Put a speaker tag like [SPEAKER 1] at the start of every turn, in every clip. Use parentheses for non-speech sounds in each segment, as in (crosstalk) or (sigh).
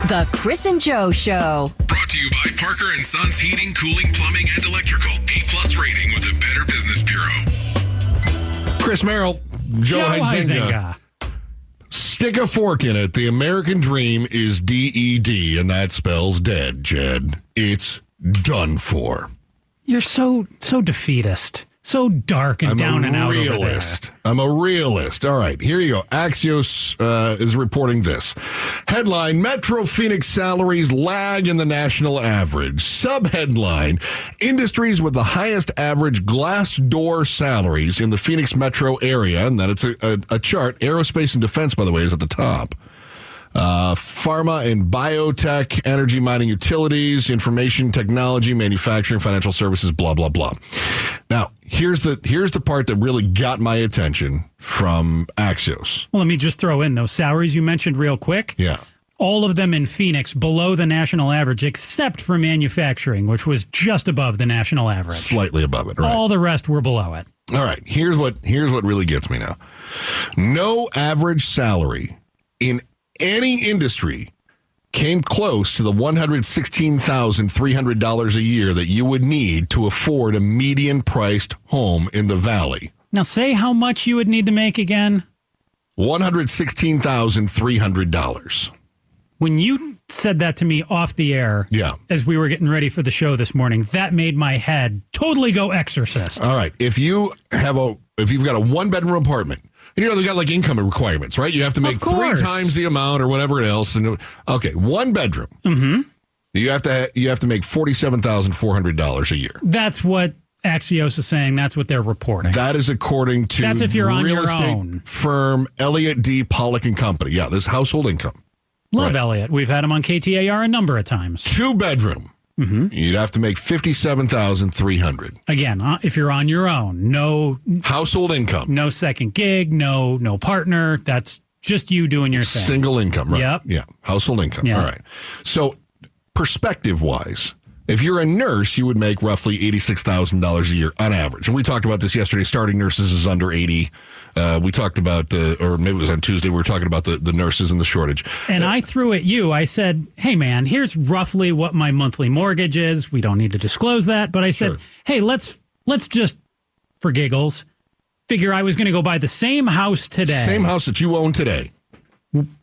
[SPEAKER 1] The Chris and Joe Show.
[SPEAKER 2] Brought to you by Parker and Sons Heating, Cooling, Plumbing, and Electrical. A plus rating with the Better Business Bureau.
[SPEAKER 3] Chris Merrill, Joe, Huizenga. Stick a fork in it. The American dream is DED, and that spells dead, Jed. It's done for.
[SPEAKER 4] You're so so defeatist, so dark and
[SPEAKER 3] I'm
[SPEAKER 4] down
[SPEAKER 3] a
[SPEAKER 4] and out. over there.
[SPEAKER 3] realist. I'm a realist. All right, here you go. Axios uh, is reporting this headline: Metro Phoenix salaries lag in the national average. Subheadline: Industries with the highest average glass door salaries in the Phoenix metro area, and then it's a, a, a chart. Aerospace and defense, by the way, is at the top. Uh, pharma and biotech, energy, mining, utilities, information technology, manufacturing, financial services, blah blah blah. Now, here's the here's the part that really got my attention from Axios.
[SPEAKER 4] Well, let me just throw in those salaries you mentioned real quick.
[SPEAKER 3] Yeah,
[SPEAKER 4] All of them in Phoenix below the national average, except for manufacturing, which was just above the national average.
[SPEAKER 3] slightly above it. Right.
[SPEAKER 4] All the rest were below it.
[SPEAKER 3] All right, here's what here's what really gets me now. No average salary in any industry came close to the $116,300 a year that you would need to afford a median priced home in the valley.
[SPEAKER 4] Now, say how much you would need to make again.
[SPEAKER 3] $116,300.
[SPEAKER 4] When you said that to me off the air,
[SPEAKER 3] Yeah.
[SPEAKER 4] as we were getting ready for the show this morning, that made my head totally go exorcist.
[SPEAKER 3] All right. If you have a if you've got a one bedroom apartment, and you know they've got like income requirements, right? You have to make three
[SPEAKER 4] course.
[SPEAKER 3] times the amount or whatever else. And okay, one bedroom. Mm-hmm. You have to you have to make forty seven thousand four hundred dollars a year.
[SPEAKER 4] That's what Axios is saying. That's what they're reporting.
[SPEAKER 3] That is according to
[SPEAKER 4] That's if you're on
[SPEAKER 3] real
[SPEAKER 4] your
[SPEAKER 3] estate
[SPEAKER 4] own.
[SPEAKER 3] firm Elliott D. Pollock and Company. Yeah, this is household income.
[SPEAKER 4] Love
[SPEAKER 3] Right.
[SPEAKER 4] Elliot. We've had him on KTAR a number of times.
[SPEAKER 3] Two bedroom.
[SPEAKER 4] Mm-hmm.
[SPEAKER 3] You'd have to make fifty seven thousand three hundred
[SPEAKER 4] Again, uh, if you're on your own, no
[SPEAKER 3] household income.
[SPEAKER 4] no second gig, no no partner. That's just you doing your thing.
[SPEAKER 3] Single income, right?
[SPEAKER 4] Yep.
[SPEAKER 3] Yeah. Household income.
[SPEAKER 4] Yeah.
[SPEAKER 3] All right. So, perspective wise, if you're a nurse, you would make roughly $86,000 a year on average. And we talked about this yesterday. Starting nurses is under 80. Uh, we talked about, uh, or maybe it was on Tuesday, we were talking about the, the nurses and the shortage.
[SPEAKER 4] And I threw at you. I said, "Hey man, here's roughly what my monthly mortgage is. We don't need to disclose that, but I said,
[SPEAKER 3] Sure.
[SPEAKER 4] "Hey, let's let's just for giggles figure I was going to go buy the same house today
[SPEAKER 3] Same house that you own today.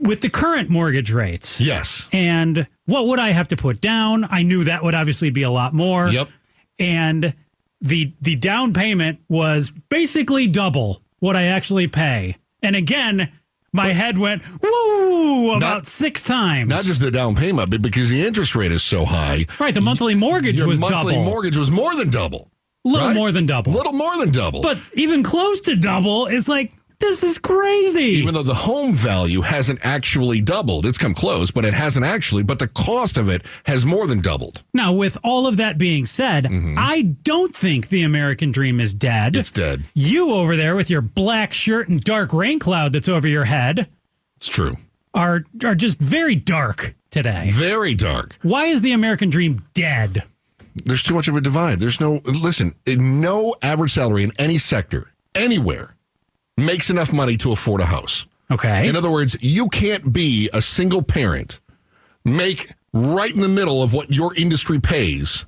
[SPEAKER 4] with the current mortgage rates."
[SPEAKER 3] Yes.
[SPEAKER 4] And what would I have to put down? I knew that would obviously be a lot more.
[SPEAKER 3] Yep.
[SPEAKER 4] and the the down payment was basically double what I actually pay. And again, my head went woo about
[SPEAKER 3] Not-
[SPEAKER 4] six times.
[SPEAKER 3] Not just the down payment, but because the interest rate is so high,
[SPEAKER 4] right, the monthly mortgage
[SPEAKER 3] your
[SPEAKER 4] was
[SPEAKER 3] monthly
[SPEAKER 4] double,
[SPEAKER 3] mortgage was more than double.
[SPEAKER 4] little
[SPEAKER 3] right?
[SPEAKER 4] more than double,
[SPEAKER 3] Little more than double.
[SPEAKER 4] but even close to double is like this is crazy.
[SPEAKER 3] even though the home value hasn't actually doubled. It's come close, but it hasn't actually. But the cost of it has more than doubled.
[SPEAKER 4] now, with all of that being said,
[SPEAKER 3] Mm-hmm.
[SPEAKER 4] I don't think the American dream is dead.
[SPEAKER 3] It's dead.
[SPEAKER 4] you over there with your black shirt and dark rain cloud that's over your head
[SPEAKER 3] It's true.
[SPEAKER 4] are are just very dark today.
[SPEAKER 3] Very dark.
[SPEAKER 4] Why is the American dream dead?
[SPEAKER 3] There's too much of a divide. There's no, listen, no average salary in any sector, anywhere, makes enough money to afford a house.
[SPEAKER 4] Okay.
[SPEAKER 3] In other words, you can't be a single parent, make right in the middle of what your industry pays,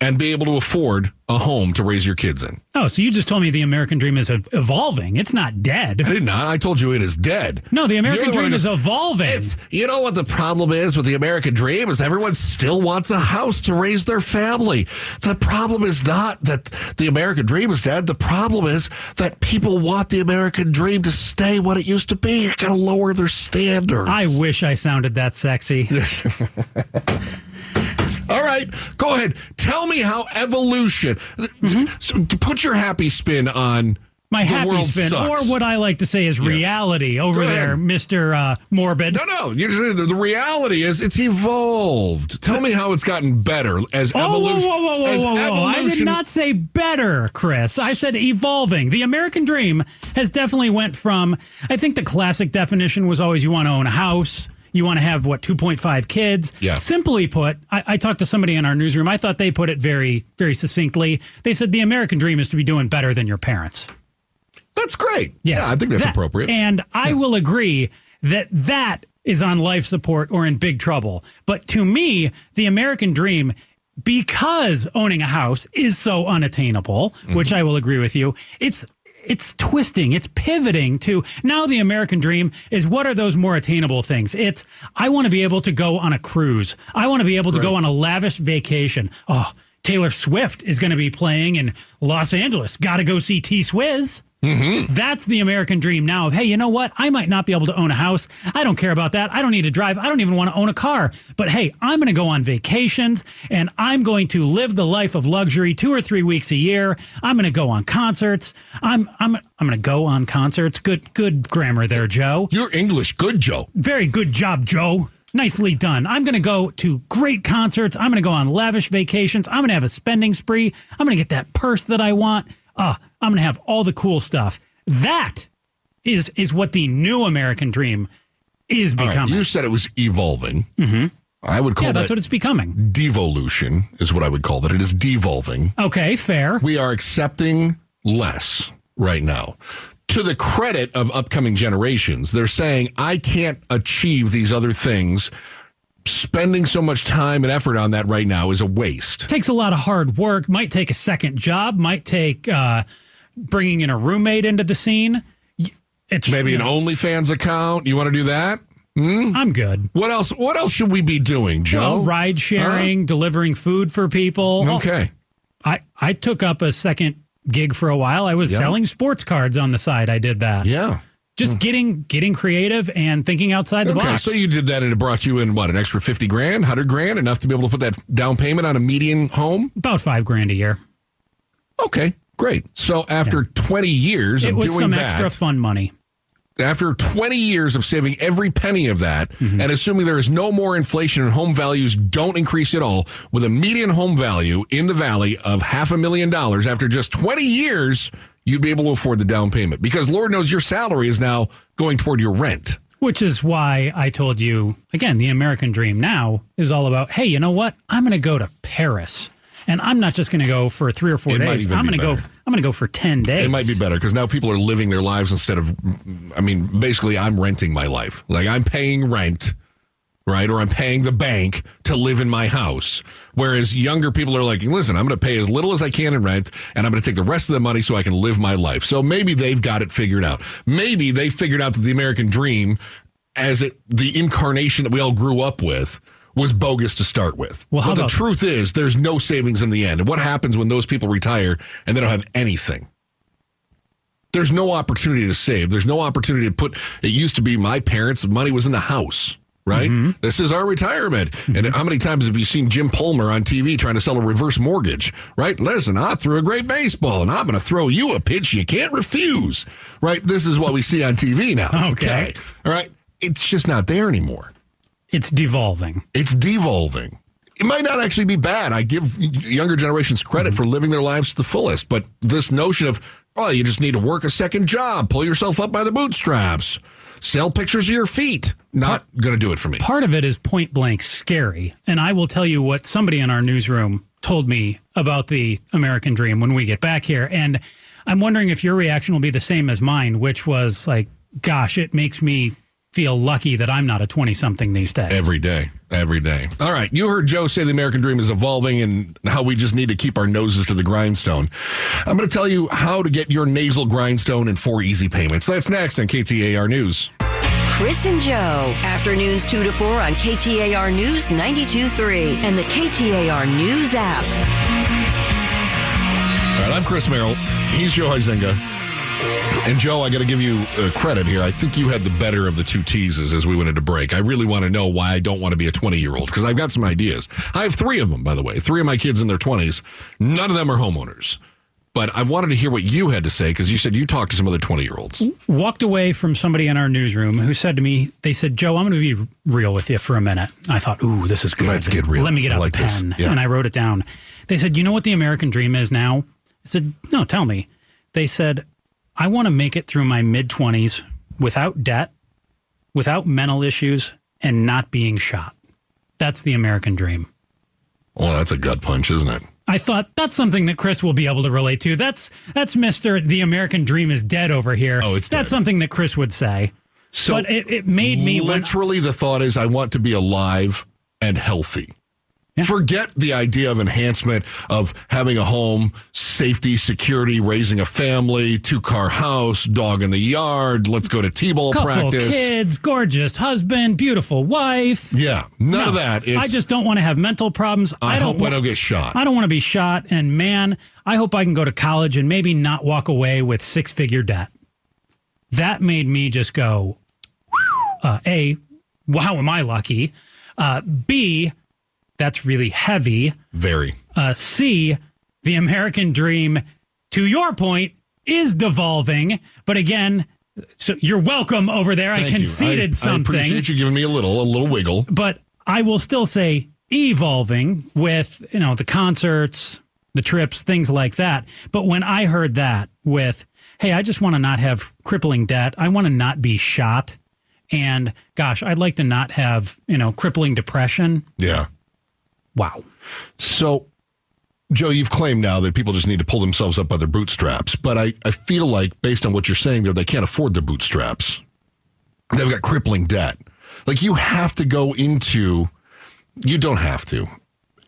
[SPEAKER 3] and be able to afford a home to raise your kids in.
[SPEAKER 4] Oh, so you just told me the American dream is ev- evolving. It's not dead.
[SPEAKER 3] I did not. I told you it is dead.
[SPEAKER 4] No, the American
[SPEAKER 3] You're the one
[SPEAKER 4] dream
[SPEAKER 3] who
[SPEAKER 4] is
[SPEAKER 3] just-
[SPEAKER 4] evolving.
[SPEAKER 3] It's you know what the problem is with the American dream is everyone still wants a house to raise their family. The problem is not that the American dream is dead. The problem is that people want the American dream to stay what it used to be. You gotta lower their standards.
[SPEAKER 4] I wish I sounded that sexy.
[SPEAKER 3] All right, go ahead. Tell me how evolution. So, to put your happy spin on
[SPEAKER 4] Mm-hmm. My
[SPEAKER 3] the
[SPEAKER 4] happy
[SPEAKER 3] world
[SPEAKER 4] spin,
[SPEAKER 3] sucks.
[SPEAKER 4] or what I like to say is reality over
[SPEAKER 3] Go ahead.
[SPEAKER 4] there, Mister uh, Morbid.
[SPEAKER 3] No, no. You just, the- the reality is it's evolved. Tell me how it's gotten better as
[SPEAKER 4] Oh, whoa,
[SPEAKER 3] evolution.
[SPEAKER 4] whoa, whoa, whoa,
[SPEAKER 3] as
[SPEAKER 4] whoa, whoa. I did
[SPEAKER 3] evolution-
[SPEAKER 4] not say better, Chris. I said evolving. The American dream has definitely went from, I think the classic definition was always you want to own a house. You want to have, what, 2.5 kids?
[SPEAKER 3] Yeah.
[SPEAKER 4] Simply put, I, I talked to somebody in our newsroom. I thought they put it very, very succinctly. They said the American dream is to be doing better than your parents.
[SPEAKER 3] That's great.
[SPEAKER 4] Yes.
[SPEAKER 3] Yeah, I think that's
[SPEAKER 4] That-
[SPEAKER 3] appropriate.
[SPEAKER 4] And I will agree that that is on life support or in big trouble. But to me, the American dream, because owning a house is so unattainable,
[SPEAKER 3] Mm-hmm.
[SPEAKER 4] which I will agree with you, it's it's twisting, it's pivoting to now the American dream is what are those more attainable things? It's I want to be able to go on a cruise. I want to be able to go on a lavish vacation. Oh, Taylor Swift is going to be playing in Los Angeles. Got to go see T Swizz. That's the American dream now of, hey, you know what? I might not be able to own a house. I don't care about that. I don't need to drive. I don't even want to own a car. But hey, I'm going to go on vacations and I'm going to live the life of luxury two or three weeks a year. I'm going to go on concerts. I'm I'm I'm going to go on concerts. Good good grammar there, Joe.
[SPEAKER 3] Your English, good, Joe.
[SPEAKER 4] Very good job, Joe. Nicely done. I'm going to go to great concerts. I'm going to go on lavish vacations. I'm going to have a spending spree. I'm going to get that purse that I want. Uh, I'm going to have all the cool stuff. That is is what the new American dream is
[SPEAKER 3] All right,
[SPEAKER 4] becoming.
[SPEAKER 3] you said it was evolving. Mm-hmm. I would call
[SPEAKER 4] yeah, that's
[SPEAKER 3] that
[SPEAKER 4] what it's becoming.
[SPEAKER 3] devolution, is what I would call that. It is devolving.
[SPEAKER 4] Okay, fair.
[SPEAKER 3] We are accepting less right now. To the credit of upcoming generations, they're saying, I can't achieve these other things. Spending so much time and effort on that right now is a waste.
[SPEAKER 4] takes a lot of hard work might take a second job might take uh, bringing in a roommate into the scene Y- it's
[SPEAKER 3] Maybe an OnlyFans account. You want to do that?
[SPEAKER 4] i'm good
[SPEAKER 3] What else? What else should we be doing, Joe?
[SPEAKER 4] Well, ride sharing delivering food for people Oh,
[SPEAKER 3] Okay.
[SPEAKER 4] i i took up a second gig for a while i was selling sports cards on the side i did that
[SPEAKER 3] Yeah. Hmm.
[SPEAKER 4] just getting getting creative and thinking outside the
[SPEAKER 3] Okay,
[SPEAKER 4] box
[SPEAKER 3] so you did that, and it brought you in what an extra fifty grand, hundred grand, enough to be able to put that down payment on a median home.
[SPEAKER 4] about five grand a year
[SPEAKER 3] Okay, great. So after twenty years
[SPEAKER 4] it
[SPEAKER 3] of
[SPEAKER 4] was
[SPEAKER 3] doing
[SPEAKER 4] some
[SPEAKER 3] that,
[SPEAKER 4] extra fun money
[SPEAKER 3] after twenty years of saving every penny of that, and assuming there is no more inflation and home values don't increase at all, with a median home value in the valley of half a million dollars after just twenty years, you'd be able to afford the down payment because Lord knows your salary is now going toward your rent.
[SPEAKER 4] Which is why I told you again, the American dream now is all about hey, you know what? I'm going to go to Paris, and I'm not just going to go for three or four
[SPEAKER 3] It might
[SPEAKER 4] days.
[SPEAKER 3] even
[SPEAKER 4] I'm
[SPEAKER 3] be
[SPEAKER 4] going to go.
[SPEAKER 3] better.
[SPEAKER 4] I'm going to go for ten days.
[SPEAKER 3] It might be better because now people are living their lives instead of, I mean, basically, I'm renting my life. Like I'm paying rent, right? Or I'm paying the bank to live in my house. Whereas younger people are like, listen, I'm going to pay as little as I can in rent and I'm going to take the rest of the money so I can live my life. So maybe they've got it figured out. Maybe they figured out that the American dream, as it, the incarnation that we all grew up with, was bogus to start with.
[SPEAKER 4] Well, how
[SPEAKER 3] but the
[SPEAKER 4] about-
[SPEAKER 3] truth is, there's no savings in the end. And what happens when those people retire and they don't have anything? there's no opportunity to save. There's no opportunity to put. It used to be my parents' money was in the house, right? This is our retirement. And how many times have you seen Jim Palmer on TV trying to sell a reverse mortgage, right? Listen, I threw a great baseball and I'm going to throw you a pitch you can't refuse, right? This is what we see on TV now.
[SPEAKER 4] Okay.
[SPEAKER 3] All right. It's just not there anymore.
[SPEAKER 4] It's devolving.
[SPEAKER 3] It's devolving. It might not actually be bad. I give younger generations credit for living their lives to the fullest, but this notion of, oh, you just need to work a second job, pull yourself up by the bootstraps, sell pictures of your feet, not going to do it for me.
[SPEAKER 4] Part of it is point blank scary, and I will tell you what somebody in our newsroom told me about the American dream when we get back here, and I'm wondering if your reaction will be the same as mine, which was like, gosh, it makes me feel lucky that I'm not a twenty something these days.
[SPEAKER 3] Every day. Every day. All right. You heard Joe say the American dream is evolving and how we just need to keep our noses to the grindstone. I'm going to tell you how to get your nasal grindstone in four easy payments. That's next on KTAR News.
[SPEAKER 1] Chris and Joe. Afternoons 2 to 4 on KTAR News 92.3 and the KTAR News app.
[SPEAKER 3] All right, I'm Chris Merrill. He's Joe Huizenga. And Joe, I got to give you uh, credit here. I think you had the better of the two teases as we went into break. I really want to know why I don't want to be a 20 year old because I've got some ideas. I have three of them, by the way. Three of my kids in their 20s. None of them are homeowners. But I wanted to hear what you had to say because you said you talked to some other 20 year olds.
[SPEAKER 4] walked away from somebody in our newsroom who said to me, they said, Joe, I'm going to be real with you for a minute. I thought, ooh, this is good.
[SPEAKER 3] Let's get real.
[SPEAKER 4] Let me get
[SPEAKER 3] I
[SPEAKER 4] out
[SPEAKER 3] like
[SPEAKER 4] the
[SPEAKER 3] this.
[SPEAKER 4] pen.
[SPEAKER 3] Yeah.
[SPEAKER 4] And I wrote it down. They said, you know what the American dream is now? I said, no, tell me. They said, I want to make it through my mid 20s without debt, without mental issues, and not being shot. That's the American dream.
[SPEAKER 3] Well, Oh, that's a gut punch, isn't it?
[SPEAKER 4] I thought that's something that Chris will be able to relate to. That's that's Mister. The American Dream is dead over here.
[SPEAKER 3] Oh, it's
[SPEAKER 4] that's
[SPEAKER 3] dead.
[SPEAKER 4] something that Chris would say.
[SPEAKER 3] So
[SPEAKER 4] but it, it made me when-
[SPEAKER 3] literally the thought is I want to be alive and healthy. Forget the idea of enhancement of having a home, safety, security, raising a family, two car house, dog in the yard, let's go to T ball
[SPEAKER 4] couple
[SPEAKER 3] practice.
[SPEAKER 4] kids, gorgeous husband, beautiful wife.
[SPEAKER 3] Yeah, none
[SPEAKER 4] No,
[SPEAKER 3] of that. It's,
[SPEAKER 4] I just don't want to have mental problems.
[SPEAKER 3] I,
[SPEAKER 4] don't
[SPEAKER 3] hope
[SPEAKER 4] wa-
[SPEAKER 3] I don't get shot.
[SPEAKER 4] I don't want to be shot. And man, I hope I can go to college and maybe not walk away with six figure debt. That made me just go, uh, A, well, how am I lucky? Uh, B, that's really heavy.
[SPEAKER 3] Very.
[SPEAKER 4] Uh, C, the American dream, to your point, is devolving. But again, so you're welcome over there. I
[SPEAKER 3] Thank you.
[SPEAKER 4] conceded
[SPEAKER 3] I
[SPEAKER 4] something
[SPEAKER 3] appreciate you giving me a little, a little wiggle.
[SPEAKER 4] but I will still say evolving with you know the concerts, the trips, things like that. But when I heard that with, hey, I just want to not have crippling debt. I want to not be shot. And gosh, I'd like to not have, you know, crippling depression.
[SPEAKER 3] Yeah.
[SPEAKER 4] Wow.
[SPEAKER 3] So, Joe, you've claimed now that people just need to pull themselves up by their bootstraps. But I, I feel like, based on what you're saying there, they can't afford the bootstraps. They've got crippling debt. Like, you have to go into, you don't have to.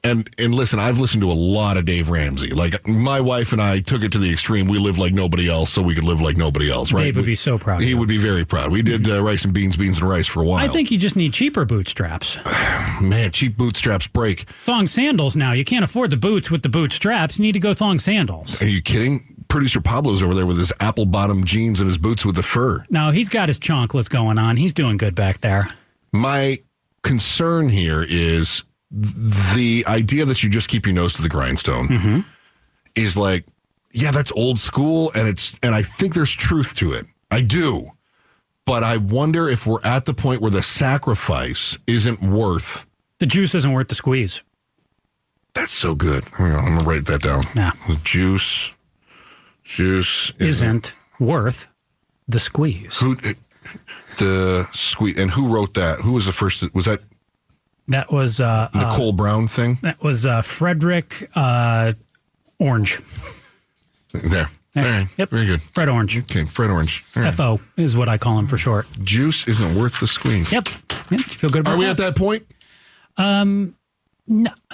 [SPEAKER 3] And, and listen, I've listened to a lot of Dave Ramsey. Like my wife and I took it to the extreme. We live like nobody else, so we could live like nobody else, right?
[SPEAKER 4] Dave would
[SPEAKER 3] We-
[SPEAKER 4] be so proud. Of
[SPEAKER 3] he
[SPEAKER 4] you.
[SPEAKER 3] would be very proud. We did uh, rice and beans, beans and rice for a while.
[SPEAKER 4] I think you just need cheaper bootstraps.
[SPEAKER 3] man, cheap bootstraps break.
[SPEAKER 4] Thong sandals now. You can't afford the boots with the bootstraps. You need to go thong sandals.
[SPEAKER 3] Are you kidding? Producer Pablo's over there with his apple bottom jeans and his boots with the fur.
[SPEAKER 4] Now he's got his chonkless going on. He's doing good back there.
[SPEAKER 3] My concern here is the idea that you just keep your nose to the grindstone is like, yeah, that's old school and it's and I think there's truth to it. I do. But I wonder if we're at the point where the sacrifice isn't worth
[SPEAKER 4] The juice isn't worth the squeeze.
[SPEAKER 3] that's so good. Hang on, I'm gonna write that down.
[SPEAKER 4] Yeah.
[SPEAKER 3] Juice. Juice
[SPEAKER 4] isn't worth the squeeze.
[SPEAKER 3] Who the squeak and who wrote that? Who was the first? Was that
[SPEAKER 4] That was uh, uh,
[SPEAKER 3] Nicole Brown thing?
[SPEAKER 4] that was uh, Frederick uh, Orange.
[SPEAKER 3] There. All right.
[SPEAKER 4] Yep.
[SPEAKER 3] Very good.
[SPEAKER 4] Fred Orange.
[SPEAKER 3] Okay, Fred Orange. All right.
[SPEAKER 4] FO is what I call him for short.
[SPEAKER 3] Juice isn't worth the squeeze.
[SPEAKER 4] Yep. Yep. You feel good about
[SPEAKER 3] Are we at
[SPEAKER 4] that?
[SPEAKER 3] that point?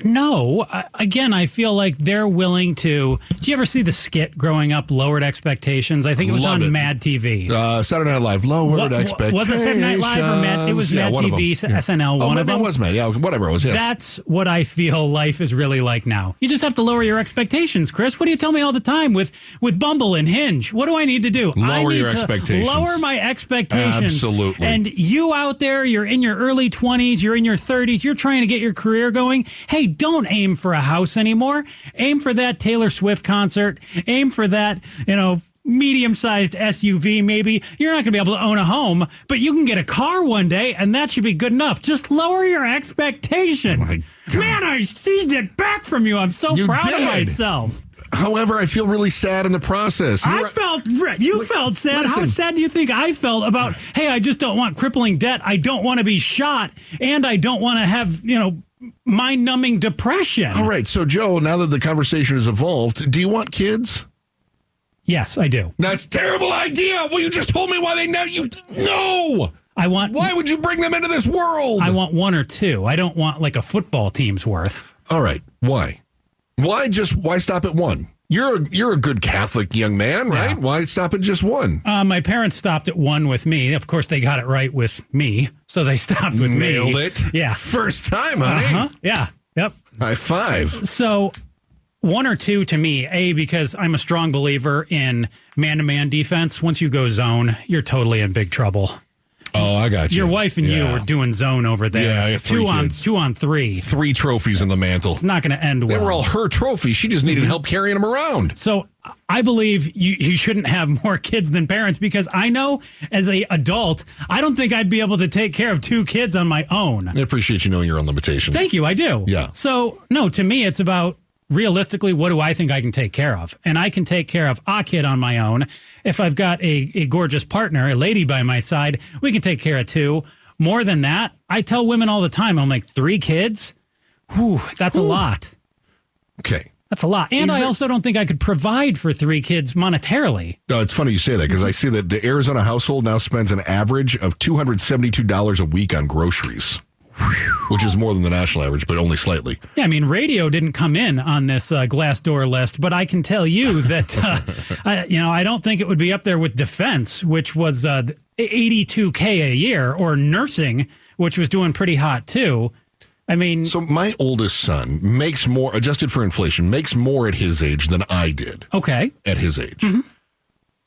[SPEAKER 4] No. I, again, I feel like they're willing to. Do you ever see the skit growing up, Lowered Expectations? I think it was
[SPEAKER 3] Loved
[SPEAKER 4] on
[SPEAKER 3] it.
[SPEAKER 4] Mad TV.
[SPEAKER 3] Uh, Saturday Night Live, lowered
[SPEAKER 4] What- what-
[SPEAKER 3] expectations.
[SPEAKER 4] was it Saturday Night Live or Mad- it was Mad
[SPEAKER 3] one of
[SPEAKER 4] TV,
[SPEAKER 3] them. Yeah.
[SPEAKER 4] SNL,
[SPEAKER 3] Oh,
[SPEAKER 4] one of
[SPEAKER 3] maybe
[SPEAKER 4] them.
[SPEAKER 3] it was Mad. Yeah, whatever it was. Yes.
[SPEAKER 4] That's what I feel life is really like now. You just have to lower your expectations, Chris. What do you tell me all the time with with Bumble and Hinge? What do I need to do? I
[SPEAKER 3] Lower
[SPEAKER 4] need
[SPEAKER 3] your
[SPEAKER 4] to
[SPEAKER 3] expectations.
[SPEAKER 4] Lower my expectations.
[SPEAKER 3] Absolutely.
[SPEAKER 4] And you out there, you're in your early 20s, you're in your 30s, you're trying to get your career going. Hey, don't aim for a house anymore. Aim for that Taylor Swift concert. Aim for that, you know, medium-sized SUV maybe. You're not going to be able to own a home, but you can get a car one day and that should be good enough. Just lower your expectations. Man, I seized it back from you. I'm so
[SPEAKER 3] Oh You
[SPEAKER 4] proud
[SPEAKER 3] did.
[SPEAKER 4] of myself.
[SPEAKER 3] However, I feel really sad in the process.
[SPEAKER 4] I
[SPEAKER 3] You're-
[SPEAKER 4] felt you felt sad. How
[SPEAKER 3] listen.
[SPEAKER 4] sad do you think I felt about? Hey, I just don't want crippling debt. I don't want to be shot, and I don't want to have you know mind-numbing depression.
[SPEAKER 3] All right. So, Joe, now that the conversation has evolved, do you want kids?
[SPEAKER 4] Yes, I do.
[SPEAKER 3] That's a terrible idea. Well, you just told me why they now you no.
[SPEAKER 4] I want.
[SPEAKER 3] Why would you bring them into this world?
[SPEAKER 4] I want one or two. I don't want like a football team's worth.
[SPEAKER 3] All right. Why? Why just why stop at one? You're a, you're a good Catholic young man, right? Why stop at just one?
[SPEAKER 4] Uh, my parents stopped at one with me. Of course, they got it right with me, so they (laughs) stopped with me.
[SPEAKER 3] Nailed it.
[SPEAKER 4] Yeah. Uh-huh.
[SPEAKER 3] First time, honey.
[SPEAKER 4] Huh? Yeah. Yep.
[SPEAKER 3] High five.
[SPEAKER 4] So one or two to me, A, because I'm a strong believer in man to man defense. Once you go zone, you're totally in big trouble.
[SPEAKER 3] Oh, I got you.
[SPEAKER 4] Your wife and you
[SPEAKER 3] Yeah.
[SPEAKER 4] were doing zone over there.
[SPEAKER 3] Yeah, I got three
[SPEAKER 4] two on
[SPEAKER 3] kids.
[SPEAKER 4] two on three.
[SPEAKER 3] three trophies on the mantle.
[SPEAKER 4] It's not gonna end
[SPEAKER 3] They
[SPEAKER 4] well.
[SPEAKER 3] were all her trophies. She just needed help carrying them around.
[SPEAKER 4] so I believe you, you shouldn't have (laughs) more kids than parents because I know as a adult, I don't think I'd be able to take care of two kids on my own.
[SPEAKER 3] I appreciate you knowing your own limitations.
[SPEAKER 4] Thank you. I do.
[SPEAKER 3] Yeah.
[SPEAKER 4] So, no, to me, it's about realistically, what do I think I can take care of? And I can take care of a kid on my own. If I've got a, a gorgeous partner, a lady by my side, we can take care of two. More than that, I tell women all the time, I'm like, three kids? Whew, that's a lot.
[SPEAKER 3] okay.
[SPEAKER 4] That's a lot. And
[SPEAKER 3] Is
[SPEAKER 4] I
[SPEAKER 3] there-
[SPEAKER 4] also don't think I could provide for three kids monetarily.
[SPEAKER 3] No, it's funny you say that because I see that the Arizona household now spends an average of two hundred seventy-two dollars a week on groceries, which is more than the national average, but only slightly.
[SPEAKER 4] Yeah, I mean, radio didn't come in on this uh, glass door list, but I can tell you (laughs) that, uh, I, you know, I don't think it would be up there with defense, which was uh, th- 82K a year, or nursing, which was doing pretty hot too. I mean,
[SPEAKER 3] So my oldest son makes more, adjusted for inflation, makes more at his age than I did
[SPEAKER 4] okay.
[SPEAKER 3] at his age.
[SPEAKER 4] Mm-hmm.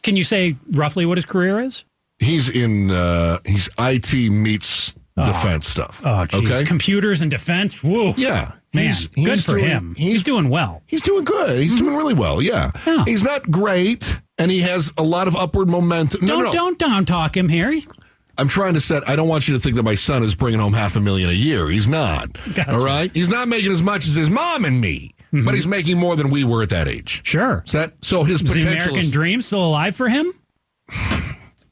[SPEAKER 4] Can you say roughly what his career is?
[SPEAKER 3] He's in, uh, he's IT meets
[SPEAKER 4] Ah.
[SPEAKER 3] defense stuff.
[SPEAKER 4] Oh, geez. Computers and defense. Whoa.
[SPEAKER 3] Yeah.
[SPEAKER 4] Man,
[SPEAKER 3] He's-
[SPEAKER 4] good
[SPEAKER 3] he's
[SPEAKER 4] for
[SPEAKER 3] doing-
[SPEAKER 4] him.
[SPEAKER 3] He's,
[SPEAKER 4] He's, doing well.
[SPEAKER 3] he's doing good. He's doing really well. Yeah.
[SPEAKER 4] Mm-hmm. Yeah.
[SPEAKER 3] He's not great and he has a lot of upward momentum. No,
[SPEAKER 4] Don't
[SPEAKER 3] no, no.
[SPEAKER 4] don't down talk him here. He's-
[SPEAKER 3] I'm trying to set, I don't want you to think that my son is bringing home half a million a year. He's not.
[SPEAKER 4] Gotcha.
[SPEAKER 3] All right. He's not making as much as his mom and me, but he's making more than we were at that age.
[SPEAKER 4] Sure.
[SPEAKER 3] Is that, so his
[SPEAKER 4] Is the
[SPEAKER 3] potential
[SPEAKER 4] American
[SPEAKER 3] is-
[SPEAKER 4] dream still alive for him?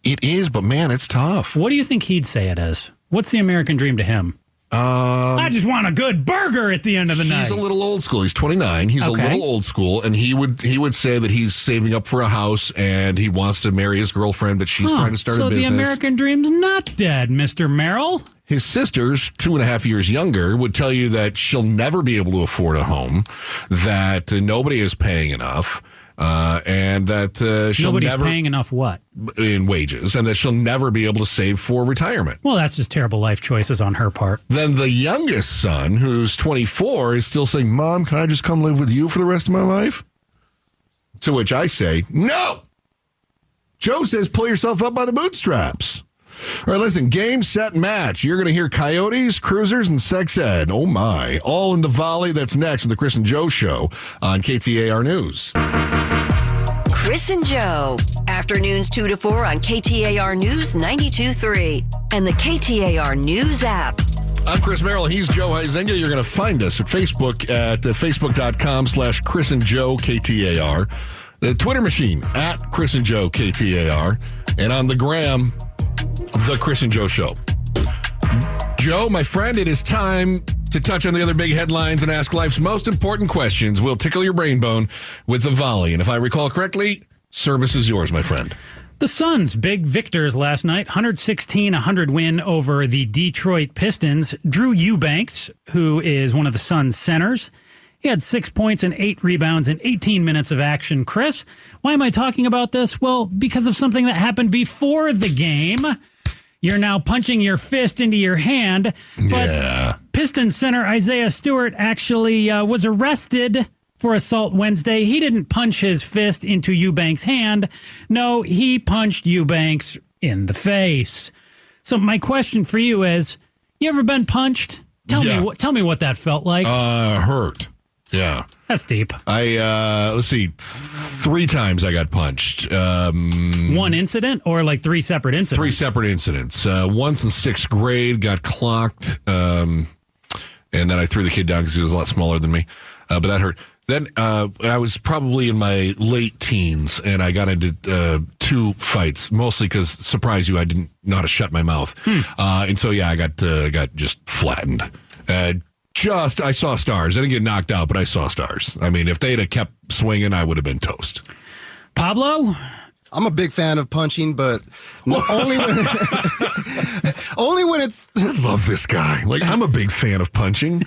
[SPEAKER 3] It is, but man, it's tough.
[SPEAKER 4] What do you think he'd say it is? What's the American dream to him? I just want a good burger at the end of the night.
[SPEAKER 3] He's Um, a little old school. He's 29. He's
[SPEAKER 4] Okay.
[SPEAKER 3] a little old school, and he would he would say that he's saving up for a house and he wants to marry his girlfriend, but she's
[SPEAKER 4] Huh.
[SPEAKER 3] trying to start
[SPEAKER 4] so
[SPEAKER 3] a business.
[SPEAKER 4] the American dream's not dead, Mr. Merrill.
[SPEAKER 3] his sisters, two and a half years younger, would tell you that she'll never be able to afford a home, that uh, nobody is paying enough. Uh, and that uh, she'll
[SPEAKER 4] Nobody's
[SPEAKER 3] never
[SPEAKER 4] paying enough what?
[SPEAKER 3] in wages, and that she'll never be able to save for retirement.
[SPEAKER 4] Well, that's just terrible life choices on her part.
[SPEAKER 3] Then the youngest son, who's 24, is still saying, Mom, can I just come live with you for the rest of my life? To which I say, No. Joe says, Pull yourself up by the bootstraps. All right, listen, game, set, match. You're going to hear coyotes, cruisers, and sex ed. Oh, my. All in the volley that's next in the Chris and Joe show on KTAR News.
[SPEAKER 1] Chris and Joe. Afternoons 2 to 4 on KTAR News 923 and the KTAR News app.
[SPEAKER 3] I'm Chris Merrill. He's Joe Huizenga. You're going to find us at Facebook at uh, facebook.com slash Chris and Joe KTAR. The Twitter machine at Chris and Joe KTAR. And on the gram, The Chris and Joe Show. Joe, my friend, it is time to touch on the other big headlines and ask life's most important questions. We'll tickle your brain bone with the volley. And if I recall correctly, service is yours, my friend.
[SPEAKER 4] The Suns, big victors last night, 116 100 win over the Detroit Pistons. Drew Eubanks, who is one of the Suns' centers, he had six points and eight rebounds in 18 minutes of action. Chris, why am I talking about this? Well, because of something that happened before the game. You're now punching your fist into your hand. But
[SPEAKER 3] Yeah.
[SPEAKER 4] Pistons center Isaiah Stewart actually uh, was arrested for assault Wednesday. He didn't punch his fist into Eubanks' hand. No, he punched Eubanks in the face. So my question for you is: You ever been punched? Tell
[SPEAKER 3] Yeah.
[SPEAKER 4] me what. Tell me what that felt like.
[SPEAKER 3] Uh, hurt. Yeah.
[SPEAKER 4] That's deep.
[SPEAKER 5] um,
[SPEAKER 3] I uh let's see, th- three times I got punched. Um,
[SPEAKER 4] One incident or like three separate incidents?
[SPEAKER 3] three separate incidents. Uh, once in sixth grade, got clocked, um, and then I threw the kid down because he was a lot smaller than me. Uh, but that hurt. Then uh, when I was probably in my late teens, and I got into uh, two fights, mostly because surprise you, I didn't know how to shut my mouth, uh, and so yeah, I got uh, got just flattened. Uh, just I saw stars. I didn't get knocked out, but I saw stars. I mean, if they'd have kept swinging, I would have been toast.
[SPEAKER 4] Pablo,
[SPEAKER 5] I'm a big fan of punching, but no- only when only when it's
[SPEAKER 3] I love this guy. Like I'm a big fan of punching.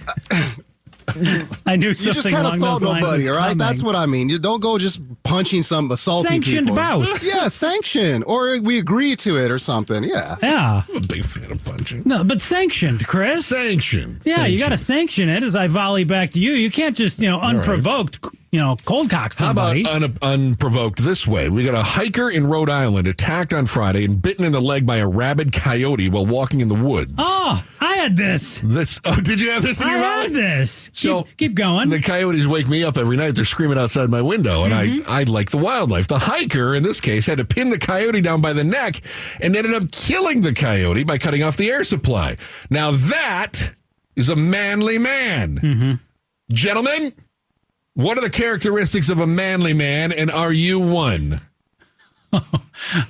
[SPEAKER 4] I knew
[SPEAKER 5] you
[SPEAKER 4] something
[SPEAKER 5] just kind of
[SPEAKER 4] along
[SPEAKER 5] saw
[SPEAKER 4] those lines
[SPEAKER 5] nobody.
[SPEAKER 4] was
[SPEAKER 5] All right,
[SPEAKER 4] coming.
[SPEAKER 5] that's what I mean. You don't go just punching some assaulting
[SPEAKER 4] Sanctioned
[SPEAKER 5] people.
[SPEAKER 4] bouts.
[SPEAKER 5] (laughs) Yeah, sanction, or we agree to it or something. Yeah,
[SPEAKER 4] Yeah,
[SPEAKER 3] (laughs) I'm a big fan of punching.
[SPEAKER 4] no, but sanctioned, Chris.
[SPEAKER 3] Sanction.
[SPEAKER 4] Yeah, you got to
[SPEAKER 3] Sanction.
[SPEAKER 4] sanction it as I volley back to you. You can't just, you know, unprovoked, you know, cold cock
[SPEAKER 3] How about
[SPEAKER 4] somebody.
[SPEAKER 3] un- unprovoked this way? We got a hiker in Rhode Island attacked on Friday and bitten in the leg by a rabid coyote while walking in the woods.
[SPEAKER 4] oh, I had this.
[SPEAKER 3] This oh, did you have this in
[SPEAKER 4] I
[SPEAKER 3] your
[SPEAKER 4] had
[SPEAKER 3] mind?
[SPEAKER 4] this.
[SPEAKER 3] So-
[SPEAKER 4] keep, keep going.
[SPEAKER 3] The coyotes wake me up every night. They're screaming outside my window, and
[SPEAKER 4] Mm-hmm.
[SPEAKER 3] I, I like the wildlife. The hiker, in this case, had to pin the coyote down by the neck and ended up killing the coyote by cutting off the air supply. Now, that is a manly man.
[SPEAKER 4] Mm-hmm.
[SPEAKER 3] Gentlemen, what are the characteristics of a manly man, and are you one?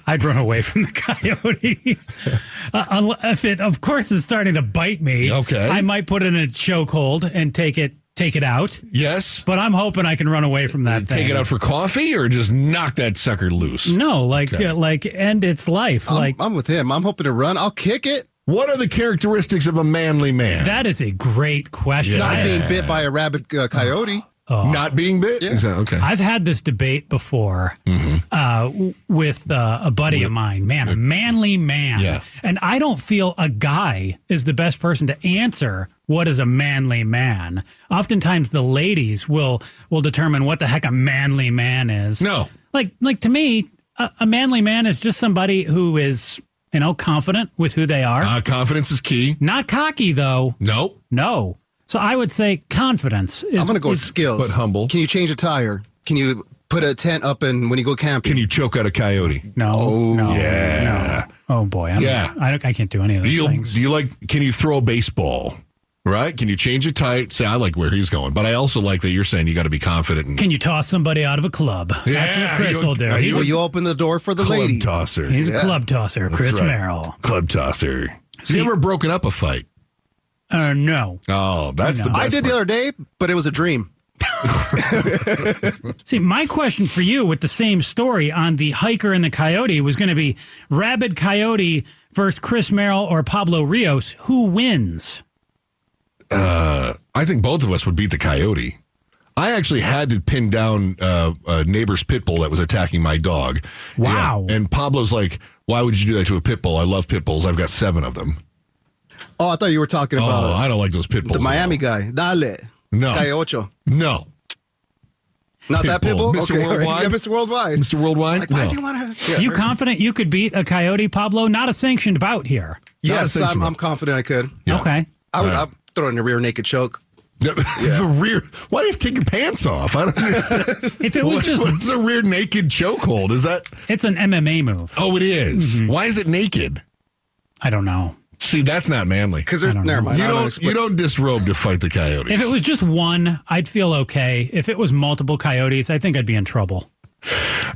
[SPEAKER 4] I'd run away from the (laughs) coyote. uh, unle- if it, of course, is starting to bite me,
[SPEAKER 3] Okay.
[SPEAKER 4] I might put it in a chokehold and take it take it out.
[SPEAKER 3] Yes.
[SPEAKER 4] But I'm hoping I can run away from that thing.
[SPEAKER 3] Take it out for coffee or just knock that sucker loose?
[SPEAKER 4] No, like uh, like end its life.
[SPEAKER 3] Um,
[SPEAKER 5] I'm,
[SPEAKER 4] like
[SPEAKER 5] I'm with him. I'm hoping to run. I'll kick it.
[SPEAKER 3] What are the characteristics of a manly man?
[SPEAKER 4] that is a great question.
[SPEAKER 5] Not
[SPEAKER 4] I,
[SPEAKER 5] being bit by a rabid uh, coyote.
[SPEAKER 3] Not being bit? Is that okay?
[SPEAKER 4] I've had this debate before uh, w- with uh, a buddy of mine. Man, a manly man.
[SPEAKER 3] Yeah.
[SPEAKER 4] And I don't feel a guy is the best person to answer what is a manly man. Oftentimes, the ladies will will determine what the heck a manly man is.
[SPEAKER 3] No.
[SPEAKER 4] like like to me, a, a manly man is just somebody who is you know confident with who they are.
[SPEAKER 3] Uh, confidence is key.
[SPEAKER 4] Not cocky though.
[SPEAKER 3] Nope.
[SPEAKER 4] No. So I would say confidence is.
[SPEAKER 5] I'm gonna go with
[SPEAKER 4] is-
[SPEAKER 5] skills.
[SPEAKER 3] but humble.
[SPEAKER 5] Can you change a tire? Can you put a tent up and when you go camping?
[SPEAKER 3] Can you choke out a coyote?
[SPEAKER 4] No. no.
[SPEAKER 3] Oh, yeah.
[SPEAKER 4] No. Oh boy. I'm,
[SPEAKER 3] Yeah.
[SPEAKER 4] I don't. I can't do any of
[SPEAKER 3] Do
[SPEAKER 4] those
[SPEAKER 3] you,
[SPEAKER 4] things.
[SPEAKER 3] do you like, can you throw a baseball? Right? Can you change a tight? Say, I like where he's going, but I also like that you're saying you got to be confident and
[SPEAKER 4] Can you toss somebody out of a club? That's
[SPEAKER 3] Yeah,
[SPEAKER 4] what Chris
[SPEAKER 3] you-
[SPEAKER 4] will do.
[SPEAKER 3] are
[SPEAKER 4] He's,
[SPEAKER 5] Will
[SPEAKER 4] a,
[SPEAKER 5] you open the door for the
[SPEAKER 3] club
[SPEAKER 5] lady?
[SPEAKER 3] tosser.
[SPEAKER 4] he's
[SPEAKER 5] Yeah.
[SPEAKER 4] a club tosser, Chris
[SPEAKER 3] right.
[SPEAKER 4] Merrill.
[SPEAKER 3] club tosser. Has he
[SPEAKER 4] See-
[SPEAKER 3] ever broken up a fight?
[SPEAKER 4] Uh, no.
[SPEAKER 3] Oh, that's the best.
[SPEAKER 5] I did the
[SPEAKER 3] part.
[SPEAKER 5] other day, but it was a dream.
[SPEAKER 4] See, my question for you with the same story on the hiker and the coyote was going to be Rabid Coyote versus Chris Merrill or Pablo Rios. Who wins?
[SPEAKER 3] I think both of us would beat the coyote. I actually had to pin down uh, a neighbor's pit bull that was attacking my dog.
[SPEAKER 4] Wow.
[SPEAKER 3] Yeah. And Pablo's like, why would you do that to a pit bull? I love pit bulls. I've got seven of them.
[SPEAKER 5] Oh, I thought you were talking
[SPEAKER 3] Oh,
[SPEAKER 5] about
[SPEAKER 3] I don't like those pit bulls.
[SPEAKER 5] the
[SPEAKER 3] at all.
[SPEAKER 5] Miami guy. Dale.
[SPEAKER 3] No.
[SPEAKER 5] Coyote.
[SPEAKER 3] No.
[SPEAKER 5] Not that pit
[SPEAKER 3] Pitbull.
[SPEAKER 5] bull?
[SPEAKER 3] Mr.
[SPEAKER 5] all right.
[SPEAKER 3] Worldwide?
[SPEAKER 5] Yeah, Mr. Worldwide.
[SPEAKER 3] Mr. Worldwide?
[SPEAKER 5] Like, why does
[SPEAKER 3] No.
[SPEAKER 5] he want to? Yeah,
[SPEAKER 4] you
[SPEAKER 5] or-
[SPEAKER 4] confident you could beat a coyote, Pablo? Not a sanctioned bout here.
[SPEAKER 5] Yes,
[SPEAKER 3] (laughs)
[SPEAKER 5] I'm,
[SPEAKER 3] essentially.
[SPEAKER 5] I'm confident I could.
[SPEAKER 4] Okay.
[SPEAKER 5] I would I'd throw in a rear naked choke.
[SPEAKER 3] the rear. Why do you have to take your pants off? I don't understand.
[SPEAKER 4] If it
[SPEAKER 3] (laughs)
[SPEAKER 4] was
[SPEAKER 3] what,
[SPEAKER 4] just,
[SPEAKER 3] what is a rear naked chokehold? Is that?
[SPEAKER 4] it's an MMA move.
[SPEAKER 3] Oh, it is. Why is it naked?
[SPEAKER 4] I don't know.
[SPEAKER 3] See, that's not manly.
[SPEAKER 5] Because never mind.
[SPEAKER 3] You
[SPEAKER 5] I
[SPEAKER 3] don't.
[SPEAKER 5] expect-
[SPEAKER 3] You don't disrobe to fight the coyotes.
[SPEAKER 4] If it was just one, I'd feel okay. If it was multiple coyotes, I think I'd be in trouble.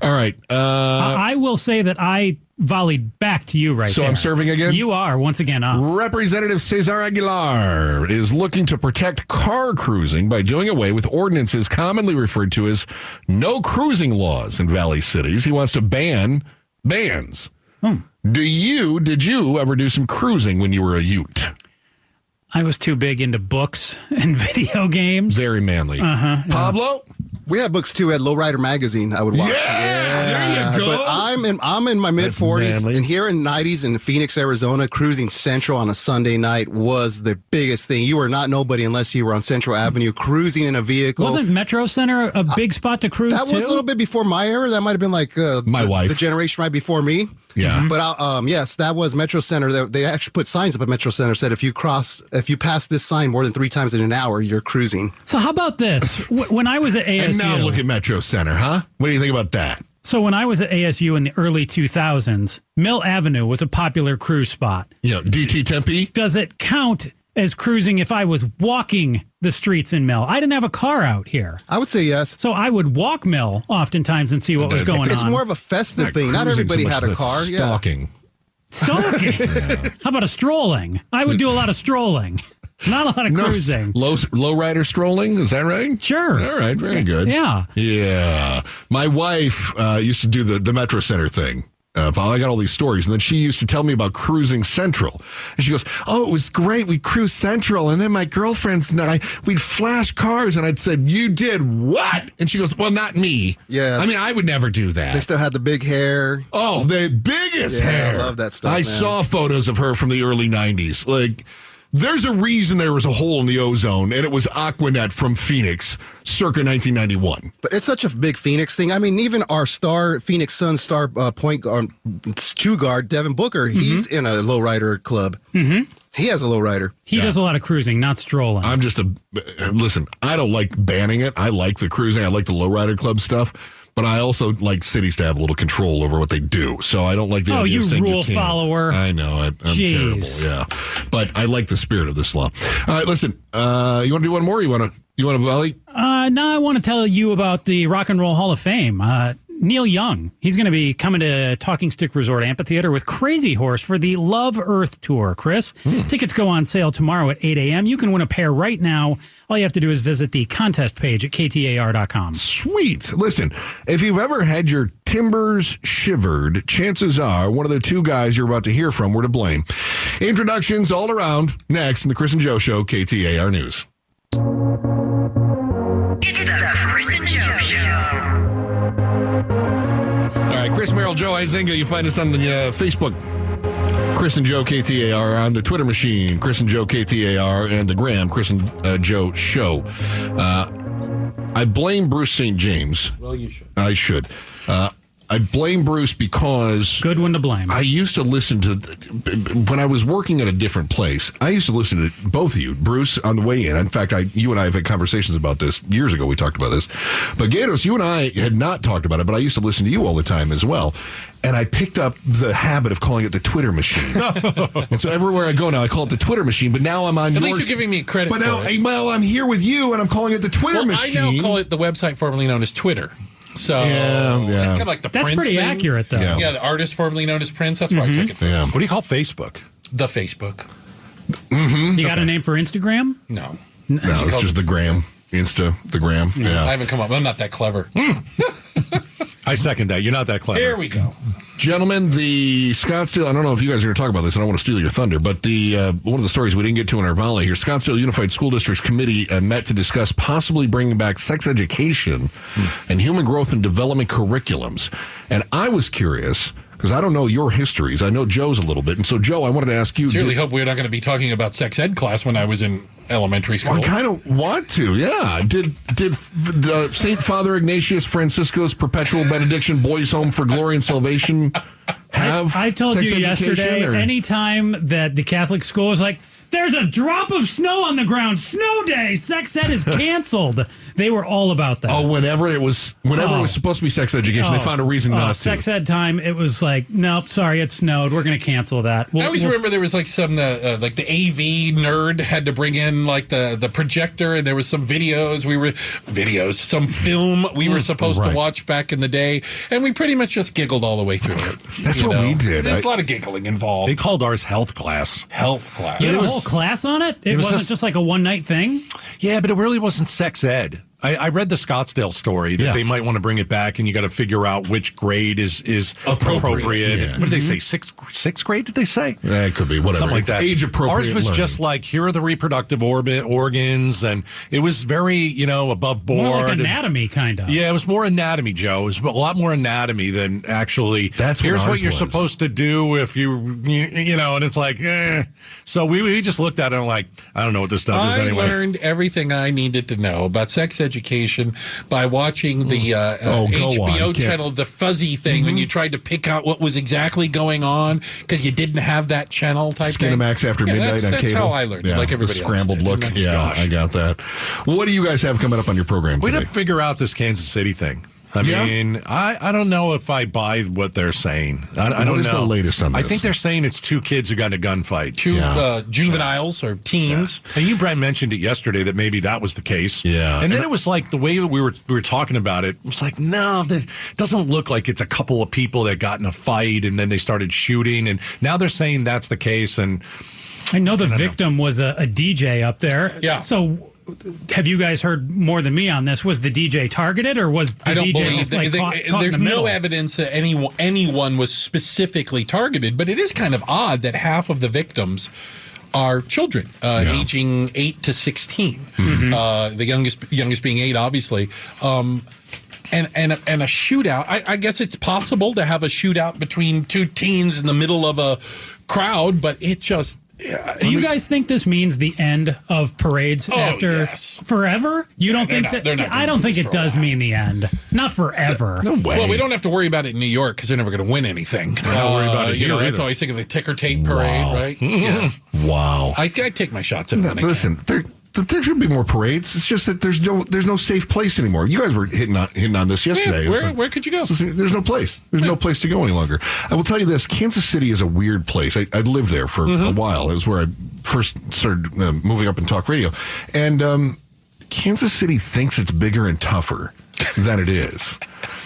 [SPEAKER 3] All right. Uh,
[SPEAKER 4] I I will say that I volleyed back to you right
[SPEAKER 3] So I'm
[SPEAKER 4] there.
[SPEAKER 3] serving again?
[SPEAKER 4] You are once again Uh, up.
[SPEAKER 3] Representative Cesar Aguilar is looking to protect car cruising by doing away with ordinances commonly referred to as no cruising laws in valley cities. He wants to ban bans. Do you did you ever do some cruising when you were a Ute?
[SPEAKER 4] I was too big into books (laughs) and video games.
[SPEAKER 3] Very manly. Uh-huh, Pablo?
[SPEAKER 5] we had books too at Lowrider magazine. I would watch.
[SPEAKER 3] Yeah, there you go.
[SPEAKER 5] But I'm in I'm in my mid forties,
[SPEAKER 3] manly.
[SPEAKER 5] and here in nineties in Phoenix, Arizona, cruising Central on a Sunday night was the biggest thing. You were not nobody unless you were on Central Avenue cruising in a vehicle.
[SPEAKER 4] Wasn't Metro Center
[SPEAKER 3] Uh,
[SPEAKER 4] a big spot to cruise
[SPEAKER 5] that was
[SPEAKER 4] to?
[SPEAKER 5] a little bit before my era. That might have been like uh,
[SPEAKER 3] My
[SPEAKER 5] the,
[SPEAKER 3] wife.
[SPEAKER 5] the generation right before me.
[SPEAKER 3] Yeah.
[SPEAKER 5] But I, um, yes, that was Metro Center. They, they actually put signs up at Metro Center said if you cross, if you pass this sign more than three times in an hour, you're cruising.
[SPEAKER 4] So how about this? Wh- when I was at ASU,
[SPEAKER 3] And now look at Metro Center, huh? What do you think about that?
[SPEAKER 4] so when I was at ASU in the early 2000s, Mill Avenue was a popular cruise spot.
[SPEAKER 3] You know, DT Tempe?
[SPEAKER 4] Does it count as cruising if I was walking the streets in Mill? I didn't have a car out here.
[SPEAKER 5] I would say yes.
[SPEAKER 4] So I would walk Mill oftentimes and see what was
[SPEAKER 3] It's
[SPEAKER 4] going
[SPEAKER 5] It's
[SPEAKER 3] (laughs)
[SPEAKER 4] on.
[SPEAKER 5] more of a festive thing. Not
[SPEAKER 3] cruising so
[SPEAKER 5] everybody
[SPEAKER 3] much,
[SPEAKER 5] had a
[SPEAKER 3] that's
[SPEAKER 5] car. Yeah.
[SPEAKER 3] Stalking.
[SPEAKER 4] Stalking. How about a strolling? I would do a lot of strolling, not a lot of
[SPEAKER 3] No,
[SPEAKER 4] cruising.
[SPEAKER 3] Low, low rider strolling, is that right?
[SPEAKER 4] Sure.
[SPEAKER 3] All right, very good.
[SPEAKER 4] Yeah.
[SPEAKER 3] Yeah. My wife uh, used to do the, the Metro Center thing. Uh, I got all these stories. And then she used to tell me about cruising Central. And she goes, Oh, it was great. We cruised Central. And then my girlfriends and I, we'd flash cars. And I'd said, You did what? And she goes, Well, not me.
[SPEAKER 5] Yeah.
[SPEAKER 3] I mean, I would never do
[SPEAKER 5] They
[SPEAKER 3] that.
[SPEAKER 5] still had the big hair.
[SPEAKER 3] Oh, the biggest
[SPEAKER 5] Yeah, I
[SPEAKER 3] hair.
[SPEAKER 5] love that stuff,
[SPEAKER 3] I
[SPEAKER 5] man.
[SPEAKER 3] saw photos of her from the early 90s. Like, there's a reason there was a hole in the ozone, and it was Aquanet from Phoenix circa 1991.
[SPEAKER 5] But it's such a big Phoenix thing. I mean, even our star Phoenix Sun star uh, point guard, two guard Devin Booker, he's
[SPEAKER 3] Mm-hmm.
[SPEAKER 5] in a lowrider club. Mm-hmm. He has a lowrider.
[SPEAKER 4] He does a lot of cruising, not strolling.
[SPEAKER 3] I'm just a listen. I don't like banning it. I like the cruising. I like the lowrider club stuff, but I also like cities to have a little control over what they do. So I don't like the
[SPEAKER 4] Oh,
[SPEAKER 3] idea of
[SPEAKER 4] you
[SPEAKER 3] saying
[SPEAKER 4] rule
[SPEAKER 3] can't.
[SPEAKER 4] follower.
[SPEAKER 3] I know. I, I'm
[SPEAKER 4] Jeez.
[SPEAKER 3] terrible. Yeah, but I like the spirit of this law. All right, listen. Uh, you want to do one more? You want to? You want to volley?
[SPEAKER 4] Uh, now I want to tell you about the Rock and Roll Hall of Fame. Uh, Neil Young. He's going to be coming to Talking Stick Resort Amphitheater with Crazy Horse for the Love Earth Tour, Chris.
[SPEAKER 3] Hmm.
[SPEAKER 4] Tickets go on sale tomorrow at 8 a.m. You can win a pair right now. All you have to do is visit the contest page at ktar.com.
[SPEAKER 3] Sweet. Listen, if you've ever had your timbers shivered, chances are one of the two guys you're about to hear from were to blame. Introductions all around next in the Chris and Joe Show, KTAR News.
[SPEAKER 1] It's the Chris and Joe Show.
[SPEAKER 3] All right, Chris Merrill, Joe Izinga, you find us on the uh, Facebook. Chris and Joe KTAR on the Twitter machine, Chris and Joe KTAR, and the Gram, Chris and uh, Joe Show. Uh, I blame Bruce St. James. Well, you should. I should. Uh, I blame Bruce because
[SPEAKER 4] Good one to blame.
[SPEAKER 3] I used to listen to when I was working at a different place. I used to listen to both of you, Bruce, on the way in. In fact, I, you and I have had conversations about this years ago. We talked about this, but Gatos, you and I had not talked about it. But I used to listen to you all the time as well, and I picked up the habit of calling it the Twitter
[SPEAKER 6] (laughs)
[SPEAKER 3] machine. and so everywhere I go now, I call it the Twitter machine. But now I'm on.
[SPEAKER 6] At least
[SPEAKER 3] yours.
[SPEAKER 6] you're giving me credit
[SPEAKER 3] But now,
[SPEAKER 6] for it.
[SPEAKER 3] well, I'm here with you, and I'm calling it the Twitter
[SPEAKER 6] Well, I
[SPEAKER 3] machine.
[SPEAKER 6] now call it the website formerly known as Twitter. So
[SPEAKER 3] Yeah, yeah.
[SPEAKER 6] it's kind of like the
[SPEAKER 4] That's
[SPEAKER 6] Prince
[SPEAKER 4] pretty
[SPEAKER 6] thing.
[SPEAKER 4] accurate, though.
[SPEAKER 3] Yeah.
[SPEAKER 6] Yeah, the artist formerly known as Prince. That's where I took it from.
[SPEAKER 3] Yeah.
[SPEAKER 7] Um, What do you call Facebook?
[SPEAKER 6] The Facebook.
[SPEAKER 4] You got a name for Instagram?
[SPEAKER 6] No.
[SPEAKER 3] No, it's just the Gram, Insta, the Gram. Yeah.
[SPEAKER 6] I haven't come up. I'm not that clever.
[SPEAKER 7] I second that. You're not that clever.
[SPEAKER 6] Here we go.
[SPEAKER 3] Gentlemen, the Scottsdale, I don't know if you guys are going to talk about this. I don't want to steal your thunder, but the uh, one of the stories we didn't get to in our volley here Scottsdale Unified School District's committee uh, met to discuss possibly bringing back sex education and human growth and development curriculums. And I was curious because I don't know your histories. I know Joe's a little bit. And so, Joe, I wanted to ask you.
[SPEAKER 6] Sincerely
[SPEAKER 3] did-
[SPEAKER 6] hope we're not going to be talking about sex ed class when I was in elementary school.
[SPEAKER 3] I kind of want to, yeah. Did did the Saint Father Ignatius Francisco's Perpetual Benediction Boys Home for Glory and Salvation have?
[SPEAKER 4] I told
[SPEAKER 3] sex
[SPEAKER 4] you
[SPEAKER 3] education,
[SPEAKER 4] yesterday,
[SPEAKER 3] or-
[SPEAKER 4] anytime that the Catholic school is like, there's a drop of snow on the ground, snow day, sex
[SPEAKER 3] (laughs)
[SPEAKER 4] ed is canceled. they were all about that.
[SPEAKER 3] Oh, whenever it was, whenever it was
[SPEAKER 4] Oh.
[SPEAKER 3] supposed to be sex education, they found a reason
[SPEAKER 4] Oh,
[SPEAKER 3] not
[SPEAKER 4] sex
[SPEAKER 3] to.
[SPEAKER 4] ed time, it was like, nope, sorry, it snowed. We're going to cancel that. We'll-
[SPEAKER 6] I always
[SPEAKER 4] we'll-
[SPEAKER 6] remember there was like some the uh, like the AV nerd had to bring in like the the projector and there was some videos we were videos some film we were supposed
[SPEAKER 3] right.
[SPEAKER 6] to watch back in the day and we pretty much just giggled all the way through it.
[SPEAKER 3] That's
[SPEAKER 6] you
[SPEAKER 3] what we did.
[SPEAKER 6] There's
[SPEAKER 3] I-
[SPEAKER 6] a lot of giggling involved.
[SPEAKER 7] They called ours health class.
[SPEAKER 6] Health class.
[SPEAKER 4] You
[SPEAKER 7] Yeah,
[SPEAKER 4] had
[SPEAKER 7] it
[SPEAKER 4] a
[SPEAKER 7] was-
[SPEAKER 4] whole class on it? It,
[SPEAKER 7] was
[SPEAKER 4] wasn't
[SPEAKER 7] just-
[SPEAKER 4] just like a one night thing?
[SPEAKER 7] Yeah, but it really wasn't sex ed. I, I read the Scottsdale story that
[SPEAKER 3] Yeah.
[SPEAKER 7] they might want to bring it back, and you got to figure out which grade is is
[SPEAKER 3] Appropriate.
[SPEAKER 7] appropriate.
[SPEAKER 3] Yeah.
[SPEAKER 7] What did they say? Sixth sixth grade? Did they say?
[SPEAKER 3] That could be whatever.
[SPEAKER 7] Something like
[SPEAKER 3] It's
[SPEAKER 7] that.
[SPEAKER 3] Age appropriate.
[SPEAKER 7] Ours was just like here are the reproductive orbit organs, and it was very you know above board.
[SPEAKER 4] More like
[SPEAKER 7] and-
[SPEAKER 4] anatomy, kind of.
[SPEAKER 7] Yeah, it was more anatomy, Joe. It was a lot more anatomy than actually.
[SPEAKER 3] That's what
[SPEAKER 7] here's
[SPEAKER 3] ours
[SPEAKER 7] what you're
[SPEAKER 3] was.
[SPEAKER 7] supposed to do if you you, you know, and it's like, eh. so we, we just looked at it and like I don't know what this stuff
[SPEAKER 6] I
[SPEAKER 7] is anyway.
[SPEAKER 6] learned everything I needed to know about sex education by watching the uh, uh,
[SPEAKER 3] Oh, go on.
[SPEAKER 6] HBO
[SPEAKER 3] Can't- Mm-hmm.
[SPEAKER 6] channel, the fuzzy thing, when you tried to pick out what was exactly going on because you didn't have that channel type thing.
[SPEAKER 3] Skinamax after
[SPEAKER 6] Yeah,
[SPEAKER 3] midnight
[SPEAKER 6] that's,
[SPEAKER 3] on
[SPEAKER 6] that's
[SPEAKER 3] cable.
[SPEAKER 6] how I learned, it,
[SPEAKER 3] Yeah,
[SPEAKER 6] like
[SPEAKER 3] the
[SPEAKER 6] everybody else
[SPEAKER 3] scrambled
[SPEAKER 6] did. Oh
[SPEAKER 3] look.
[SPEAKER 6] Not-
[SPEAKER 3] Yeah, I got that. What do you guys have coming up on your program
[SPEAKER 7] We
[SPEAKER 3] today?
[SPEAKER 7] didn't figure out this Kansas City thing. I
[SPEAKER 3] Yeah?
[SPEAKER 7] mean, I, I don't know if I buy what they're saying. I, I
[SPEAKER 3] What
[SPEAKER 7] don't
[SPEAKER 3] is the
[SPEAKER 7] know.
[SPEAKER 3] latest on
[SPEAKER 7] I
[SPEAKER 3] this?
[SPEAKER 7] think they're saying it's two kids who got in a gunfight.
[SPEAKER 6] Two
[SPEAKER 3] Yeah.
[SPEAKER 6] uh, juveniles or teens.
[SPEAKER 7] And you, Brian, mentioned it yesterday that maybe that was the case.
[SPEAKER 3] Yeah.
[SPEAKER 7] And then it was like the way we were we were talking about it. It was like, no, that doesn't look like it's a couple of people that got in a fight and then they started shooting. And now they're saying that's the case. And
[SPEAKER 4] I know the victim was a, a DJ up there.
[SPEAKER 6] Yeah.
[SPEAKER 4] So have you guys heard more than me on this? Was the DJ targeted or was the
[SPEAKER 6] I don't
[SPEAKER 4] DJ
[SPEAKER 6] believe
[SPEAKER 4] just
[SPEAKER 6] that.
[SPEAKER 4] like
[SPEAKER 6] they-
[SPEAKER 4] caught,
[SPEAKER 6] they-
[SPEAKER 4] caught in
[SPEAKER 6] there's
[SPEAKER 4] the
[SPEAKER 6] no
[SPEAKER 4] middle?
[SPEAKER 6] evidence that anyone anyone was specifically targeted, but it is kind of odd that half of the victims are children uh,
[SPEAKER 3] Yeah.
[SPEAKER 6] aging eight to 16
[SPEAKER 7] Mm-hmm.
[SPEAKER 6] Uh, the youngest youngest being eight, obviously. Um, and and a, and a shootout. I, I guess it's possible to have a shootout between two teens in the middle of a crowd, but it just uh,
[SPEAKER 4] Do you guys think this means the end of parades after
[SPEAKER 6] Oh, yes.
[SPEAKER 4] forever? You don't
[SPEAKER 6] they're
[SPEAKER 4] think
[SPEAKER 6] not-
[SPEAKER 4] that?
[SPEAKER 6] they're not
[SPEAKER 4] see,
[SPEAKER 6] gonna
[SPEAKER 4] I don't
[SPEAKER 6] do
[SPEAKER 4] think
[SPEAKER 6] this
[SPEAKER 4] it
[SPEAKER 6] for a
[SPEAKER 4] does
[SPEAKER 6] while.
[SPEAKER 4] mean the end. Not forever.
[SPEAKER 3] no way.
[SPEAKER 6] Well, we don't have to worry about it in New York because they're never going to win anything. We're
[SPEAKER 7] not worried about it
[SPEAKER 6] you know,
[SPEAKER 7] here
[SPEAKER 6] that's
[SPEAKER 7] either.
[SPEAKER 6] always think of the ticker tape parade,
[SPEAKER 7] (laughs)
[SPEAKER 6] right?
[SPEAKER 3] Wow.
[SPEAKER 6] I, I take my shots at them.
[SPEAKER 3] Listen, there, th- there should be more parades. It's just that there's no there's no safe place anymore. You guys were hitting on hitting on this yesterday.
[SPEAKER 6] Yeah,
[SPEAKER 3] It's
[SPEAKER 6] where-
[SPEAKER 3] like-
[SPEAKER 6] where could you go?
[SPEAKER 3] it's just- there's no place. There's no place to go any longer. I will tell you this: Kansas City is a weird place. I, I lived there for a
[SPEAKER 6] Mm-hmm.
[SPEAKER 3] while. It was where I first started uh, moving up in talk radio, and um, Kansas City thinks it's bigger and tougher than it is.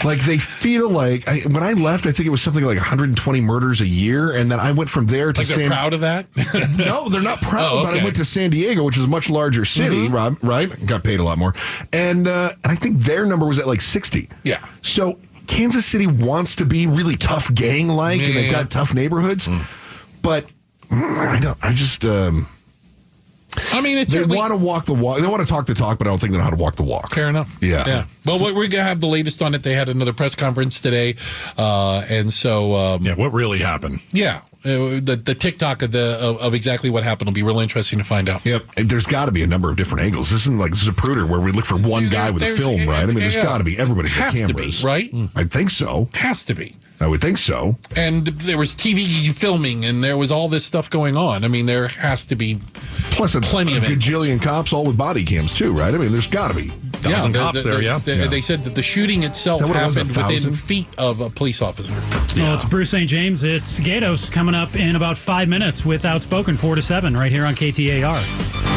[SPEAKER 3] Like they feel like I, when I left, I think it was something like 120 murders a year, and then I went from there to
[SPEAKER 6] Like they're
[SPEAKER 3] San.
[SPEAKER 6] proud of that.
[SPEAKER 3] (laughs)
[SPEAKER 6] (laughs)
[SPEAKER 3] No, they're not proud.
[SPEAKER 6] Oh,
[SPEAKER 3] But I
[SPEAKER 6] okay. Mm-hmm.
[SPEAKER 3] went to San Diego, which is a much larger city, Rob. Right? Got paid a lot more, and uh, and I think their number was at like 60.
[SPEAKER 6] Yeah.
[SPEAKER 3] So Kansas City wants to be really tough gang like, and they've
[SPEAKER 6] Yeah. Hmm.
[SPEAKER 3] got tough neighborhoods, but mm, I don't. I just. Um,
[SPEAKER 6] I mean, it's
[SPEAKER 3] they
[SPEAKER 6] at least-
[SPEAKER 3] want to walk the walk. They want to talk the talk, but I don't think they know how to walk the walk.
[SPEAKER 6] Fair enough.
[SPEAKER 3] Yeah.
[SPEAKER 6] Yeah. Well, we- we're gonna have the latest on it. They had another press conference today, uh, and so um,
[SPEAKER 7] Yeah, what really happened?
[SPEAKER 6] yeah, uh, the the TikTok of the of, of exactly what happened will be really interesting to find out.
[SPEAKER 3] Yep. And there's got to be a number of different angles. This isn't like Zapruder where we look for one guy with a
[SPEAKER 6] There's-
[SPEAKER 3] film, right? I mean, there's
[SPEAKER 6] yeah.
[SPEAKER 3] got to be. Everybody's got
[SPEAKER 6] Has to
[SPEAKER 3] cameras. Mm.
[SPEAKER 6] be right.
[SPEAKER 3] I think so.
[SPEAKER 6] Has to be.
[SPEAKER 3] I would think so.
[SPEAKER 6] And there was TV filming, and there was all this stuff going on. I mean, there has to be.
[SPEAKER 3] Plus, a,
[SPEAKER 6] Plenty of
[SPEAKER 3] a gajillion cops, all with body cams, too, right? I mean, there's got to be.
[SPEAKER 7] Thousand
[SPEAKER 6] the-
[SPEAKER 7] cops
[SPEAKER 6] the-
[SPEAKER 7] there,
[SPEAKER 6] the-
[SPEAKER 7] yeah.
[SPEAKER 6] the-
[SPEAKER 7] Yeah.
[SPEAKER 6] They said that the shooting itself
[SPEAKER 3] Is that what it was, a
[SPEAKER 6] happened within
[SPEAKER 3] thousand?
[SPEAKER 6] feet of a police officer.
[SPEAKER 4] Well, it's Bruce St. James. It's Gatos coming up in about five minutes with Outspoken, four to seven, right here on KTAR.